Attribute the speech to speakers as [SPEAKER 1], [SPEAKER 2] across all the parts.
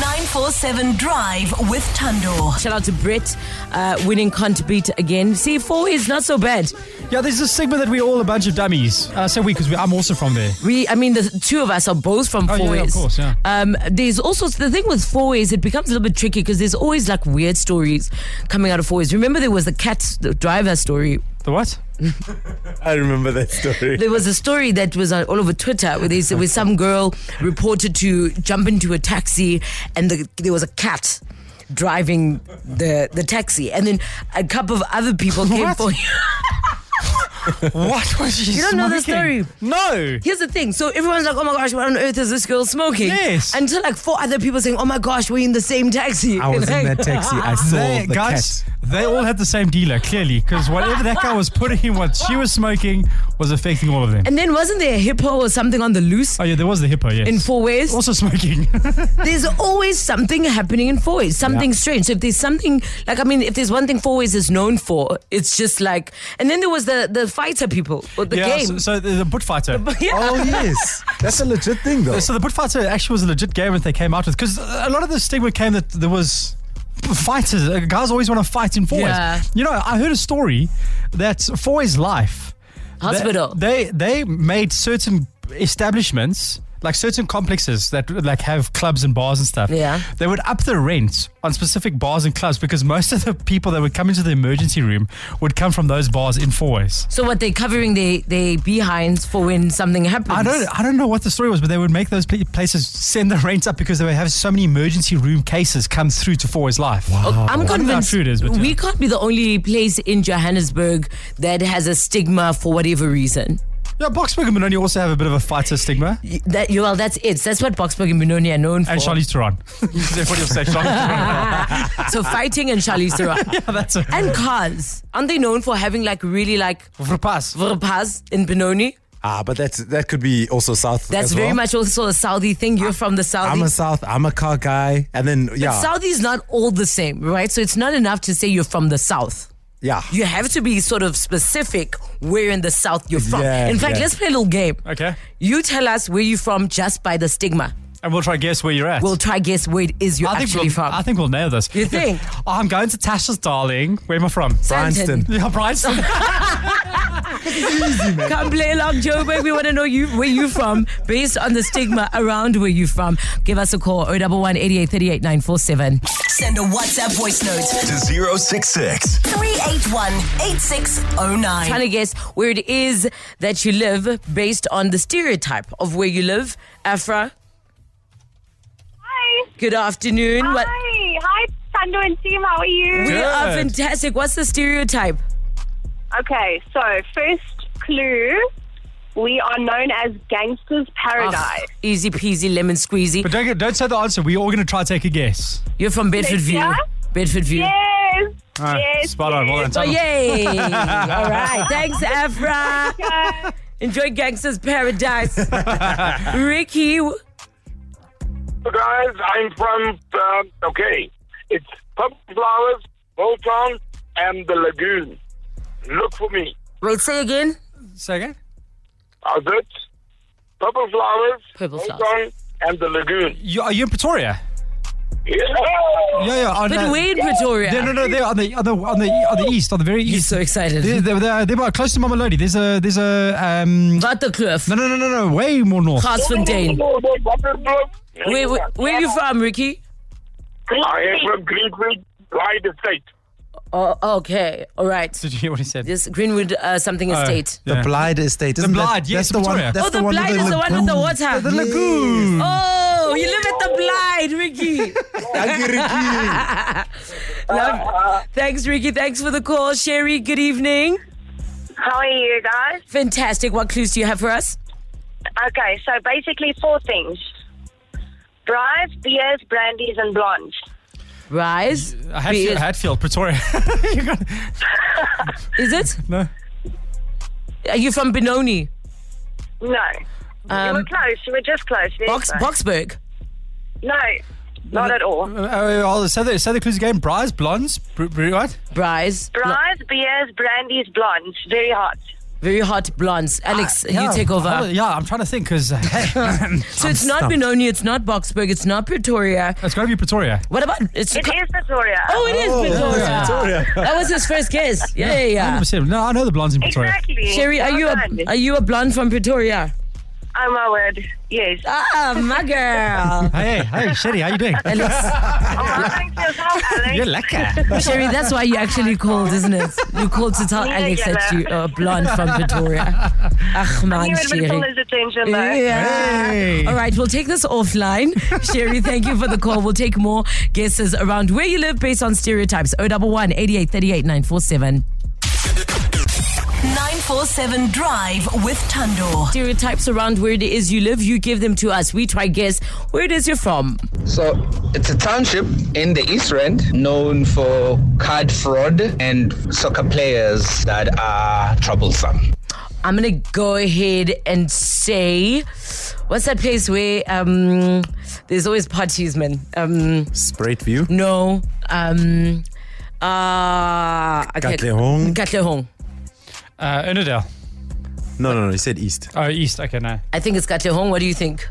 [SPEAKER 1] 947 Drive with Tando.
[SPEAKER 2] Shout out to Brett, uh, winning can't beat again. See, four is not so bad.
[SPEAKER 3] Yeah, there's this stigma that we're all a bunch of dummies. I say we because I'm also from there.
[SPEAKER 2] We, I mean, the two of us are both from
[SPEAKER 3] Oh,
[SPEAKER 2] four
[SPEAKER 3] yeah, yeah, of
[SPEAKER 2] ways.
[SPEAKER 3] course, yeah.
[SPEAKER 2] Um, there's also the thing with four ways. It becomes a little bit tricky because there's always like weird stories coming out of four ways. Remember, there was the cat the driver story.
[SPEAKER 3] The what?
[SPEAKER 4] I remember that story.
[SPEAKER 2] There was a story that was on all over Twitter where there's where some girl reported to jump into a taxi and the, there was a cat driving the the taxi, and then a couple of other people came
[SPEAKER 3] What?
[SPEAKER 2] for
[SPEAKER 3] What was she
[SPEAKER 2] You don't know the
[SPEAKER 3] smoking?
[SPEAKER 2] story?
[SPEAKER 3] No.
[SPEAKER 2] Here's the thing. So everyone's like, oh my gosh, what on earth is this girl smoking?
[SPEAKER 3] Yes.
[SPEAKER 2] Until like four other people saying, oh my gosh, we're in the same taxi.
[SPEAKER 5] I was in
[SPEAKER 2] Like-
[SPEAKER 5] that taxi. I saw
[SPEAKER 3] They,
[SPEAKER 5] the
[SPEAKER 3] guys,
[SPEAKER 5] cat.
[SPEAKER 3] they all had the same dealer, clearly, because whatever that guy was putting in, what she was smoking, was affecting all of them.
[SPEAKER 2] And then wasn't there a hippo or something on the loose?
[SPEAKER 3] Oh, yeah, there was the hippo, yes.
[SPEAKER 2] In four ways,
[SPEAKER 3] Also smoking.
[SPEAKER 2] there's always something happening in four ways, something strange. So if there's something like, I mean, if there's one thing four ways is known for, it's just like. And then there was the the fighter people or the
[SPEAKER 3] yeah,
[SPEAKER 2] game.
[SPEAKER 3] so, so the, the butt fighter.
[SPEAKER 2] yeah.
[SPEAKER 5] Oh yes, that's a legit thing though.
[SPEAKER 3] So the butt fighter actually was a legit game that they came out with because a lot of the stigma came that there was fighters. uh, Guys always want to fight in four
[SPEAKER 2] Yeah.
[SPEAKER 3] ways. You know, I heard a story that four ways life they-
[SPEAKER 2] Hospital.
[SPEAKER 3] They they made certain establishments. Like certain complexes that like have clubs and bars and stuff.
[SPEAKER 2] Yeah.
[SPEAKER 3] They would up the rent on specific bars and clubs because most of the people that would come into the emergency room would come from those bars in four ways.
[SPEAKER 2] so what they're covering their their behinds for when something happens.
[SPEAKER 3] I don't I don't know what the story was, but they would make those pla- places send the rents up because they would have so many emergency room cases come through to Four's life.
[SPEAKER 2] Oh, I'm
[SPEAKER 3] don't know how
[SPEAKER 2] convinced
[SPEAKER 3] true it is, but yeah.
[SPEAKER 2] we can't be the only place in Johannesburg that has a stigma for whatever reason.
[SPEAKER 3] Yeah, Boxburg and Benoni also have a bit of a fighter stigma.
[SPEAKER 2] Y- That you- well, that's it. That's what Boxburg and Benoni are known for.
[SPEAKER 3] And Charlize Theron. Everybody will say Charlize
[SPEAKER 2] so fighting and Charlize Theron.
[SPEAKER 3] Theron. That's a
[SPEAKER 2] And cars. Aren't they known for having like really like
[SPEAKER 3] Verpas.
[SPEAKER 2] verpas in Benoni?
[SPEAKER 4] Ah, but that's that could be also South.
[SPEAKER 2] That's
[SPEAKER 4] as
[SPEAKER 2] very
[SPEAKER 4] well.
[SPEAKER 2] much also a Saudi thing. You're from the
[SPEAKER 4] I'm
[SPEAKER 2] Saudi.
[SPEAKER 4] a South. I'm a car guy, and then yeah,
[SPEAKER 2] Saudi's not all the same, right? So it's not enough to say you're from the South.
[SPEAKER 4] yeah.
[SPEAKER 2] You have to be sort of specific where in the South you're from.
[SPEAKER 4] Yeah,
[SPEAKER 2] in fact,
[SPEAKER 4] yeah.
[SPEAKER 2] let's play a little game.
[SPEAKER 3] Okay.
[SPEAKER 2] You tell us where you're from just by the stigma.
[SPEAKER 3] And we'll try to guess where you're at.
[SPEAKER 2] We'll try guess where it is you're
[SPEAKER 3] I think,
[SPEAKER 2] actually
[SPEAKER 3] we'll,
[SPEAKER 2] from.
[SPEAKER 3] I think we'll nail this.
[SPEAKER 2] You think?
[SPEAKER 3] Oh, I'm going to Tasha's, darling. Where am I from?
[SPEAKER 2] Santon.
[SPEAKER 3] Yeah, Bryanston.
[SPEAKER 2] Come play along, Joburg. We want to know you where you from based on the stigma around where you from. Give us a call 011 88 947.
[SPEAKER 1] Send a WhatsApp voice note
[SPEAKER 6] to 066.
[SPEAKER 1] 381 8609.
[SPEAKER 2] Trying to guess where it is that you live based on the stereotype of where you live. Afra,
[SPEAKER 7] Hi.
[SPEAKER 2] good afternoon. What-
[SPEAKER 7] Hi. Hi, Tando and team. How are you?
[SPEAKER 2] we are
[SPEAKER 3] Good.
[SPEAKER 2] fantastic. What's the stereotype?
[SPEAKER 7] Okay, so first clue. We are known as Gangsters Paradise.
[SPEAKER 2] Ugh, easy peasy, lemon squeezy.
[SPEAKER 3] but don't, don't say the answer. We're all going to try to take a guess.
[SPEAKER 2] You're from Bedford View.
[SPEAKER 7] Yeah?
[SPEAKER 2] Bedford View.
[SPEAKER 7] Yes.
[SPEAKER 3] Ah,
[SPEAKER 7] yes.
[SPEAKER 3] spot on. Well done.
[SPEAKER 2] Oh,
[SPEAKER 3] Tano.
[SPEAKER 2] yay. All right. Thanks, Afra.
[SPEAKER 7] yes.
[SPEAKER 2] Enjoy Gangster's Paradise. Ricky,
[SPEAKER 8] guys, I'm from, uh, okay, it's Purple Flowers, Bolton, and the Lagoon. Look for me.
[SPEAKER 2] wait, say again.
[SPEAKER 3] Say again?
[SPEAKER 8] How's it? Purple Flowers,
[SPEAKER 2] Purple
[SPEAKER 8] Bolton,
[SPEAKER 2] Flowers.
[SPEAKER 8] and the Lagoon.
[SPEAKER 3] You, are you in Pretoria?
[SPEAKER 8] Yeah.
[SPEAKER 3] Yeah, yeah. on,
[SPEAKER 2] But
[SPEAKER 3] uh,
[SPEAKER 2] we're in Pretoria.
[SPEAKER 3] No, no, no. They're on the on the on the, on the east, on the very
[SPEAKER 2] He's
[SPEAKER 3] east.
[SPEAKER 2] so excited.
[SPEAKER 3] They're, they're, they're, they're about close to Mamelodi. There's a there's a um.
[SPEAKER 2] About the cliff.
[SPEAKER 3] No, no, no, no, no. Way more north.
[SPEAKER 2] Casfontein.
[SPEAKER 8] Wait,
[SPEAKER 2] Where, where, where are you from, Ricky?
[SPEAKER 8] I am from Greenfield, Pride Estate.
[SPEAKER 2] Oh, okay. All right.
[SPEAKER 3] Did you hear what he said?
[SPEAKER 2] This Greenwood uh, something
[SPEAKER 3] Oh.
[SPEAKER 2] estate.
[SPEAKER 5] the Blyde Estate. Isn't that-
[SPEAKER 3] Blyde,
[SPEAKER 5] that's
[SPEAKER 3] yes,
[SPEAKER 5] the one.
[SPEAKER 3] Pretoria.
[SPEAKER 5] That's
[SPEAKER 2] oh, the,
[SPEAKER 5] one with
[SPEAKER 2] blind is the one with the
[SPEAKER 5] lagoon.
[SPEAKER 2] water.
[SPEAKER 3] The lagoon.
[SPEAKER 2] Oh, you live at the blind, Ricky. Love. Thanks, Ricky. Thanks for the call. Sherry, good evening.
[SPEAKER 7] How are you guys?
[SPEAKER 2] Fantastic. What clues do you have for us?
[SPEAKER 7] Okay, so basically four things. Drive, beers, brandies, and blondes.
[SPEAKER 2] Rise.
[SPEAKER 3] Hatfield,
[SPEAKER 2] Be-
[SPEAKER 3] Hatfield, Pretoria. You got-
[SPEAKER 2] Is it?
[SPEAKER 3] no.
[SPEAKER 2] Are you from Benoni?
[SPEAKER 7] No. we were
[SPEAKER 2] Um,
[SPEAKER 7] close. We were just close. Very
[SPEAKER 2] Box-
[SPEAKER 7] close.
[SPEAKER 2] Boxburg.
[SPEAKER 7] No, not at all.
[SPEAKER 3] Uh, uh, say the say the clues again. Briars, blondes, br- br- what?
[SPEAKER 2] Rise.
[SPEAKER 7] Drive, beers, brandies, blondes. Very hot.
[SPEAKER 2] very hot blondes. Alex,
[SPEAKER 3] Yeah,
[SPEAKER 2] you take over.
[SPEAKER 3] hold it. Yeah, I'm trying to think because hey,
[SPEAKER 2] so it's not Benoni, it's not Boxburg, it's not Pretoria.
[SPEAKER 3] it's got to be Pretoria.
[SPEAKER 2] What about it's?
[SPEAKER 7] It is Pretoria.
[SPEAKER 2] oh, it is Pretoria. That was his first guess. Yeah, yeah, yeah.
[SPEAKER 3] 100%. No, I know the blondes in Pretoria.
[SPEAKER 7] Exactly.
[SPEAKER 2] Sherry, are
[SPEAKER 7] Well
[SPEAKER 2] you
[SPEAKER 7] done.
[SPEAKER 2] a are you a blonde from Pretoria?
[SPEAKER 7] Oh my word. Yes.
[SPEAKER 2] Ah, my girl.
[SPEAKER 3] Hey, hey, Sherry, how you doing?
[SPEAKER 7] Oh, thank you so much, Alex.
[SPEAKER 3] lekker.
[SPEAKER 2] Sherry, that's why you actually called, isn't it? You called to tell
[SPEAKER 7] Yeah,
[SPEAKER 2] Alex
[SPEAKER 7] yeah,
[SPEAKER 2] that
[SPEAKER 7] yeah.
[SPEAKER 2] you are blonde from Pretoria. Ah, man,
[SPEAKER 7] You admit all
[SPEAKER 2] Sherry.
[SPEAKER 7] his attention, though.
[SPEAKER 2] Yeah.
[SPEAKER 3] Hey.
[SPEAKER 2] All right, we'll take this offline. Sherry, thank you for the call. We'll take more guesses around where you live based on stereotypes. 011 88 38 947.
[SPEAKER 1] 947 Drive with Tando.
[SPEAKER 2] Stereotypes around where it is you live, you give them to us. We try guess where it is you're from.
[SPEAKER 6] So it's a township in the East Rand known for card fraud and soccer players that are troublesome.
[SPEAKER 2] I'm gonna go ahead and say, what's that place where um, there's always parties, man? Um,
[SPEAKER 4] Sprite view.
[SPEAKER 2] no, um, uh, okay.
[SPEAKER 4] Katlehong?
[SPEAKER 2] Katlehong.
[SPEAKER 3] Uh, Ernadale.
[SPEAKER 4] No, no, no. He said east.
[SPEAKER 3] Oh, East. Okay, no.
[SPEAKER 2] I think it's Katlehong. What do you think?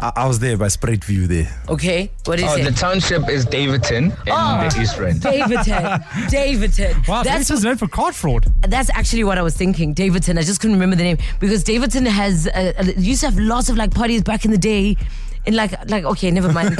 [SPEAKER 4] I, I was there by Sprite view there.
[SPEAKER 2] Okay, what do you
[SPEAKER 6] Oh,
[SPEAKER 2] say?
[SPEAKER 6] the township is Davidton in the East Rand.
[SPEAKER 2] Davidton, Davidton.
[SPEAKER 3] Wow,
[SPEAKER 2] that's
[SPEAKER 3] this is known for card fraud.
[SPEAKER 2] that's actually what I was thinking. Davidson. I just couldn't remember the name because Davidson has uh, uh, used to have lots of like parties back in the day. And like, like, okay, never mind,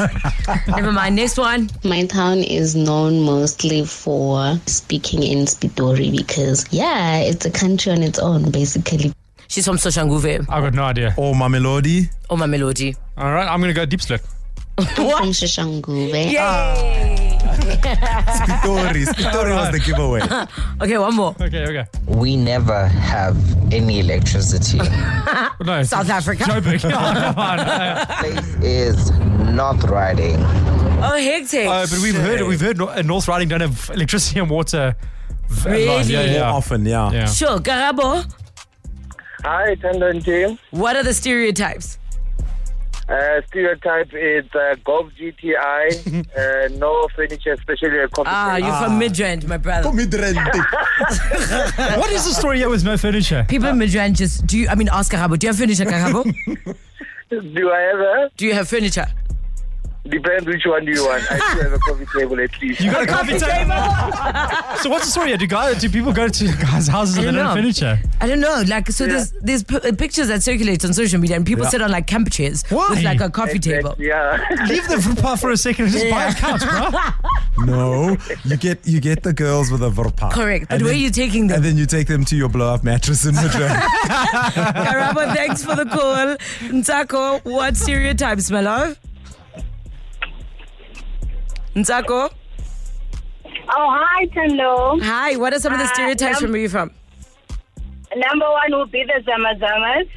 [SPEAKER 2] never mind. Next one.
[SPEAKER 9] My town is known mostly for speaking in Spidori because, yeah, it's a country on its own, basically.
[SPEAKER 2] She's from Soshanguve.
[SPEAKER 3] I've got no idea.
[SPEAKER 4] Oh, Mamelodi.
[SPEAKER 2] Oh my melody.
[SPEAKER 3] All right, I'm going to go deep slit.
[SPEAKER 9] I'm from Shoshanguve.
[SPEAKER 4] Spitori. Spitori was the giveaway.
[SPEAKER 2] Okay, one more.
[SPEAKER 3] Okay, okay.
[SPEAKER 6] We never have any electricity.
[SPEAKER 3] Oh, No,
[SPEAKER 2] South Africa.
[SPEAKER 3] Joburg. Oh, Yeah, come on.
[SPEAKER 6] place is not riding.
[SPEAKER 2] Oh, hectic.
[SPEAKER 3] Uh, but we've heard we've heard Nor- uh, North Riding don't have electricity and water. v-
[SPEAKER 2] Really?
[SPEAKER 3] lines. Yeah,
[SPEAKER 4] More
[SPEAKER 3] yeah.
[SPEAKER 4] often, yeah.
[SPEAKER 3] Yeah.
[SPEAKER 2] Sure, Garabo.
[SPEAKER 8] Hi, Tando and team.
[SPEAKER 2] What are the stereotypes?
[SPEAKER 8] Uh, stereotype is uh, Golf GTI, uh, no furniture, especially a coffee.
[SPEAKER 2] Ah,
[SPEAKER 8] table.
[SPEAKER 2] you're from Midrand, my brother.
[SPEAKER 3] What is the story here with no furniture?
[SPEAKER 2] People in Midrand just do. You, I mean, ask Garabo. Do you have furniture, Garabo?
[SPEAKER 8] Do I ever?
[SPEAKER 2] do you have furniture?
[SPEAKER 8] Depends which one do you want. I do have a coffee table at least.
[SPEAKER 3] You got a coffee table. so what's the story? here? Do guys, do people go to guys' houses and
[SPEAKER 2] I don't
[SPEAKER 3] they don't have
[SPEAKER 2] know.
[SPEAKER 3] furniture?
[SPEAKER 2] I don't know. Like, so there's there's p- uh, pictures that circulate on social media, and people sit on like camp chairs
[SPEAKER 3] Why?
[SPEAKER 2] with like a coffee table.
[SPEAKER 8] yeah.
[SPEAKER 3] Leave the footpath for a second and just buy a couch, bro.
[SPEAKER 4] No, you get you get the girls with a verpa.
[SPEAKER 2] Correct. But
[SPEAKER 4] And
[SPEAKER 2] where
[SPEAKER 4] then-
[SPEAKER 2] are you taking
[SPEAKER 4] And
[SPEAKER 2] them?
[SPEAKER 4] then you take them to your blow up mattress in Madrid.
[SPEAKER 2] Karabo, thanks for the call. Ntsako, what stereotypes, my love? Ntsako,
[SPEAKER 7] Oh, hi, Tando.
[SPEAKER 2] hi. What are some of the
[SPEAKER 7] Uh,
[SPEAKER 2] stereotypes
[SPEAKER 7] um,
[SPEAKER 2] from where you're from?
[SPEAKER 7] Number one will be the Zamazamas.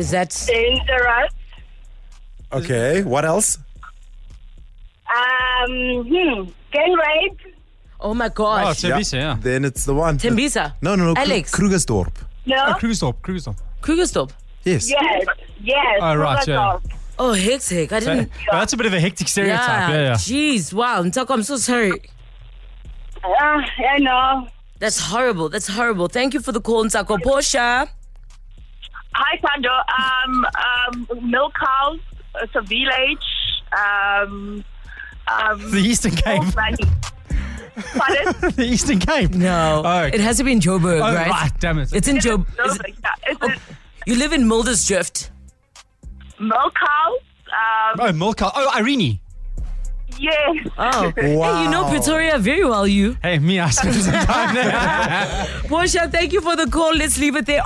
[SPEAKER 2] Is that
[SPEAKER 7] Dangerous.
[SPEAKER 4] okay, what else?
[SPEAKER 7] Um, hmm. Gang rape.
[SPEAKER 2] oh my
[SPEAKER 3] Oh,
[SPEAKER 2] gosh,
[SPEAKER 3] Tembisa, yeah.
[SPEAKER 4] Then it's the one.
[SPEAKER 2] Tembisa?
[SPEAKER 4] No, no, no. Kru-
[SPEAKER 2] Alex.
[SPEAKER 4] Krugersdorp.
[SPEAKER 7] No.
[SPEAKER 3] Krugersdorp, Krugersdorp.
[SPEAKER 2] Krugerstop.
[SPEAKER 4] Yes.
[SPEAKER 7] Yes. Yes.
[SPEAKER 3] Oh, right,
[SPEAKER 7] Fuck
[SPEAKER 3] yeah.
[SPEAKER 7] off.
[SPEAKER 2] Oh hectic! I
[SPEAKER 3] Yeah.
[SPEAKER 2] didn't.
[SPEAKER 3] Well, that's a bit of a hectic stereotype. Yeah, yeah.
[SPEAKER 2] Jeez, wow, Ntsako, I'm so sorry.
[SPEAKER 7] Ah, I know.
[SPEAKER 2] That's horrible. That's horrible. Thank you for the call, Ntsako. Portia.
[SPEAKER 7] Hi, Tando. Um, um, milk house. It's a village. Um, um,
[SPEAKER 3] The Eastern Cape.
[SPEAKER 7] oh, bloody. Pardon?
[SPEAKER 3] the Eastern Cape.
[SPEAKER 2] No,
[SPEAKER 3] Oh,
[SPEAKER 2] it has to be in Joburg,
[SPEAKER 3] oh,
[SPEAKER 2] right?
[SPEAKER 3] right. Damn it.
[SPEAKER 2] It's in Job.
[SPEAKER 7] No,
[SPEAKER 2] is
[SPEAKER 7] but
[SPEAKER 2] it-
[SPEAKER 7] yeah, it's a
[SPEAKER 2] you live in Mildersdrift.
[SPEAKER 7] milk house. Um,
[SPEAKER 3] oh, Milka. Oh, Irene.
[SPEAKER 7] yes.
[SPEAKER 2] Oh, hey, you know Pretoria very well. You,
[SPEAKER 3] Hey, me, I spent some time there.
[SPEAKER 2] Portia. Thank you for the call. Let's leave it there.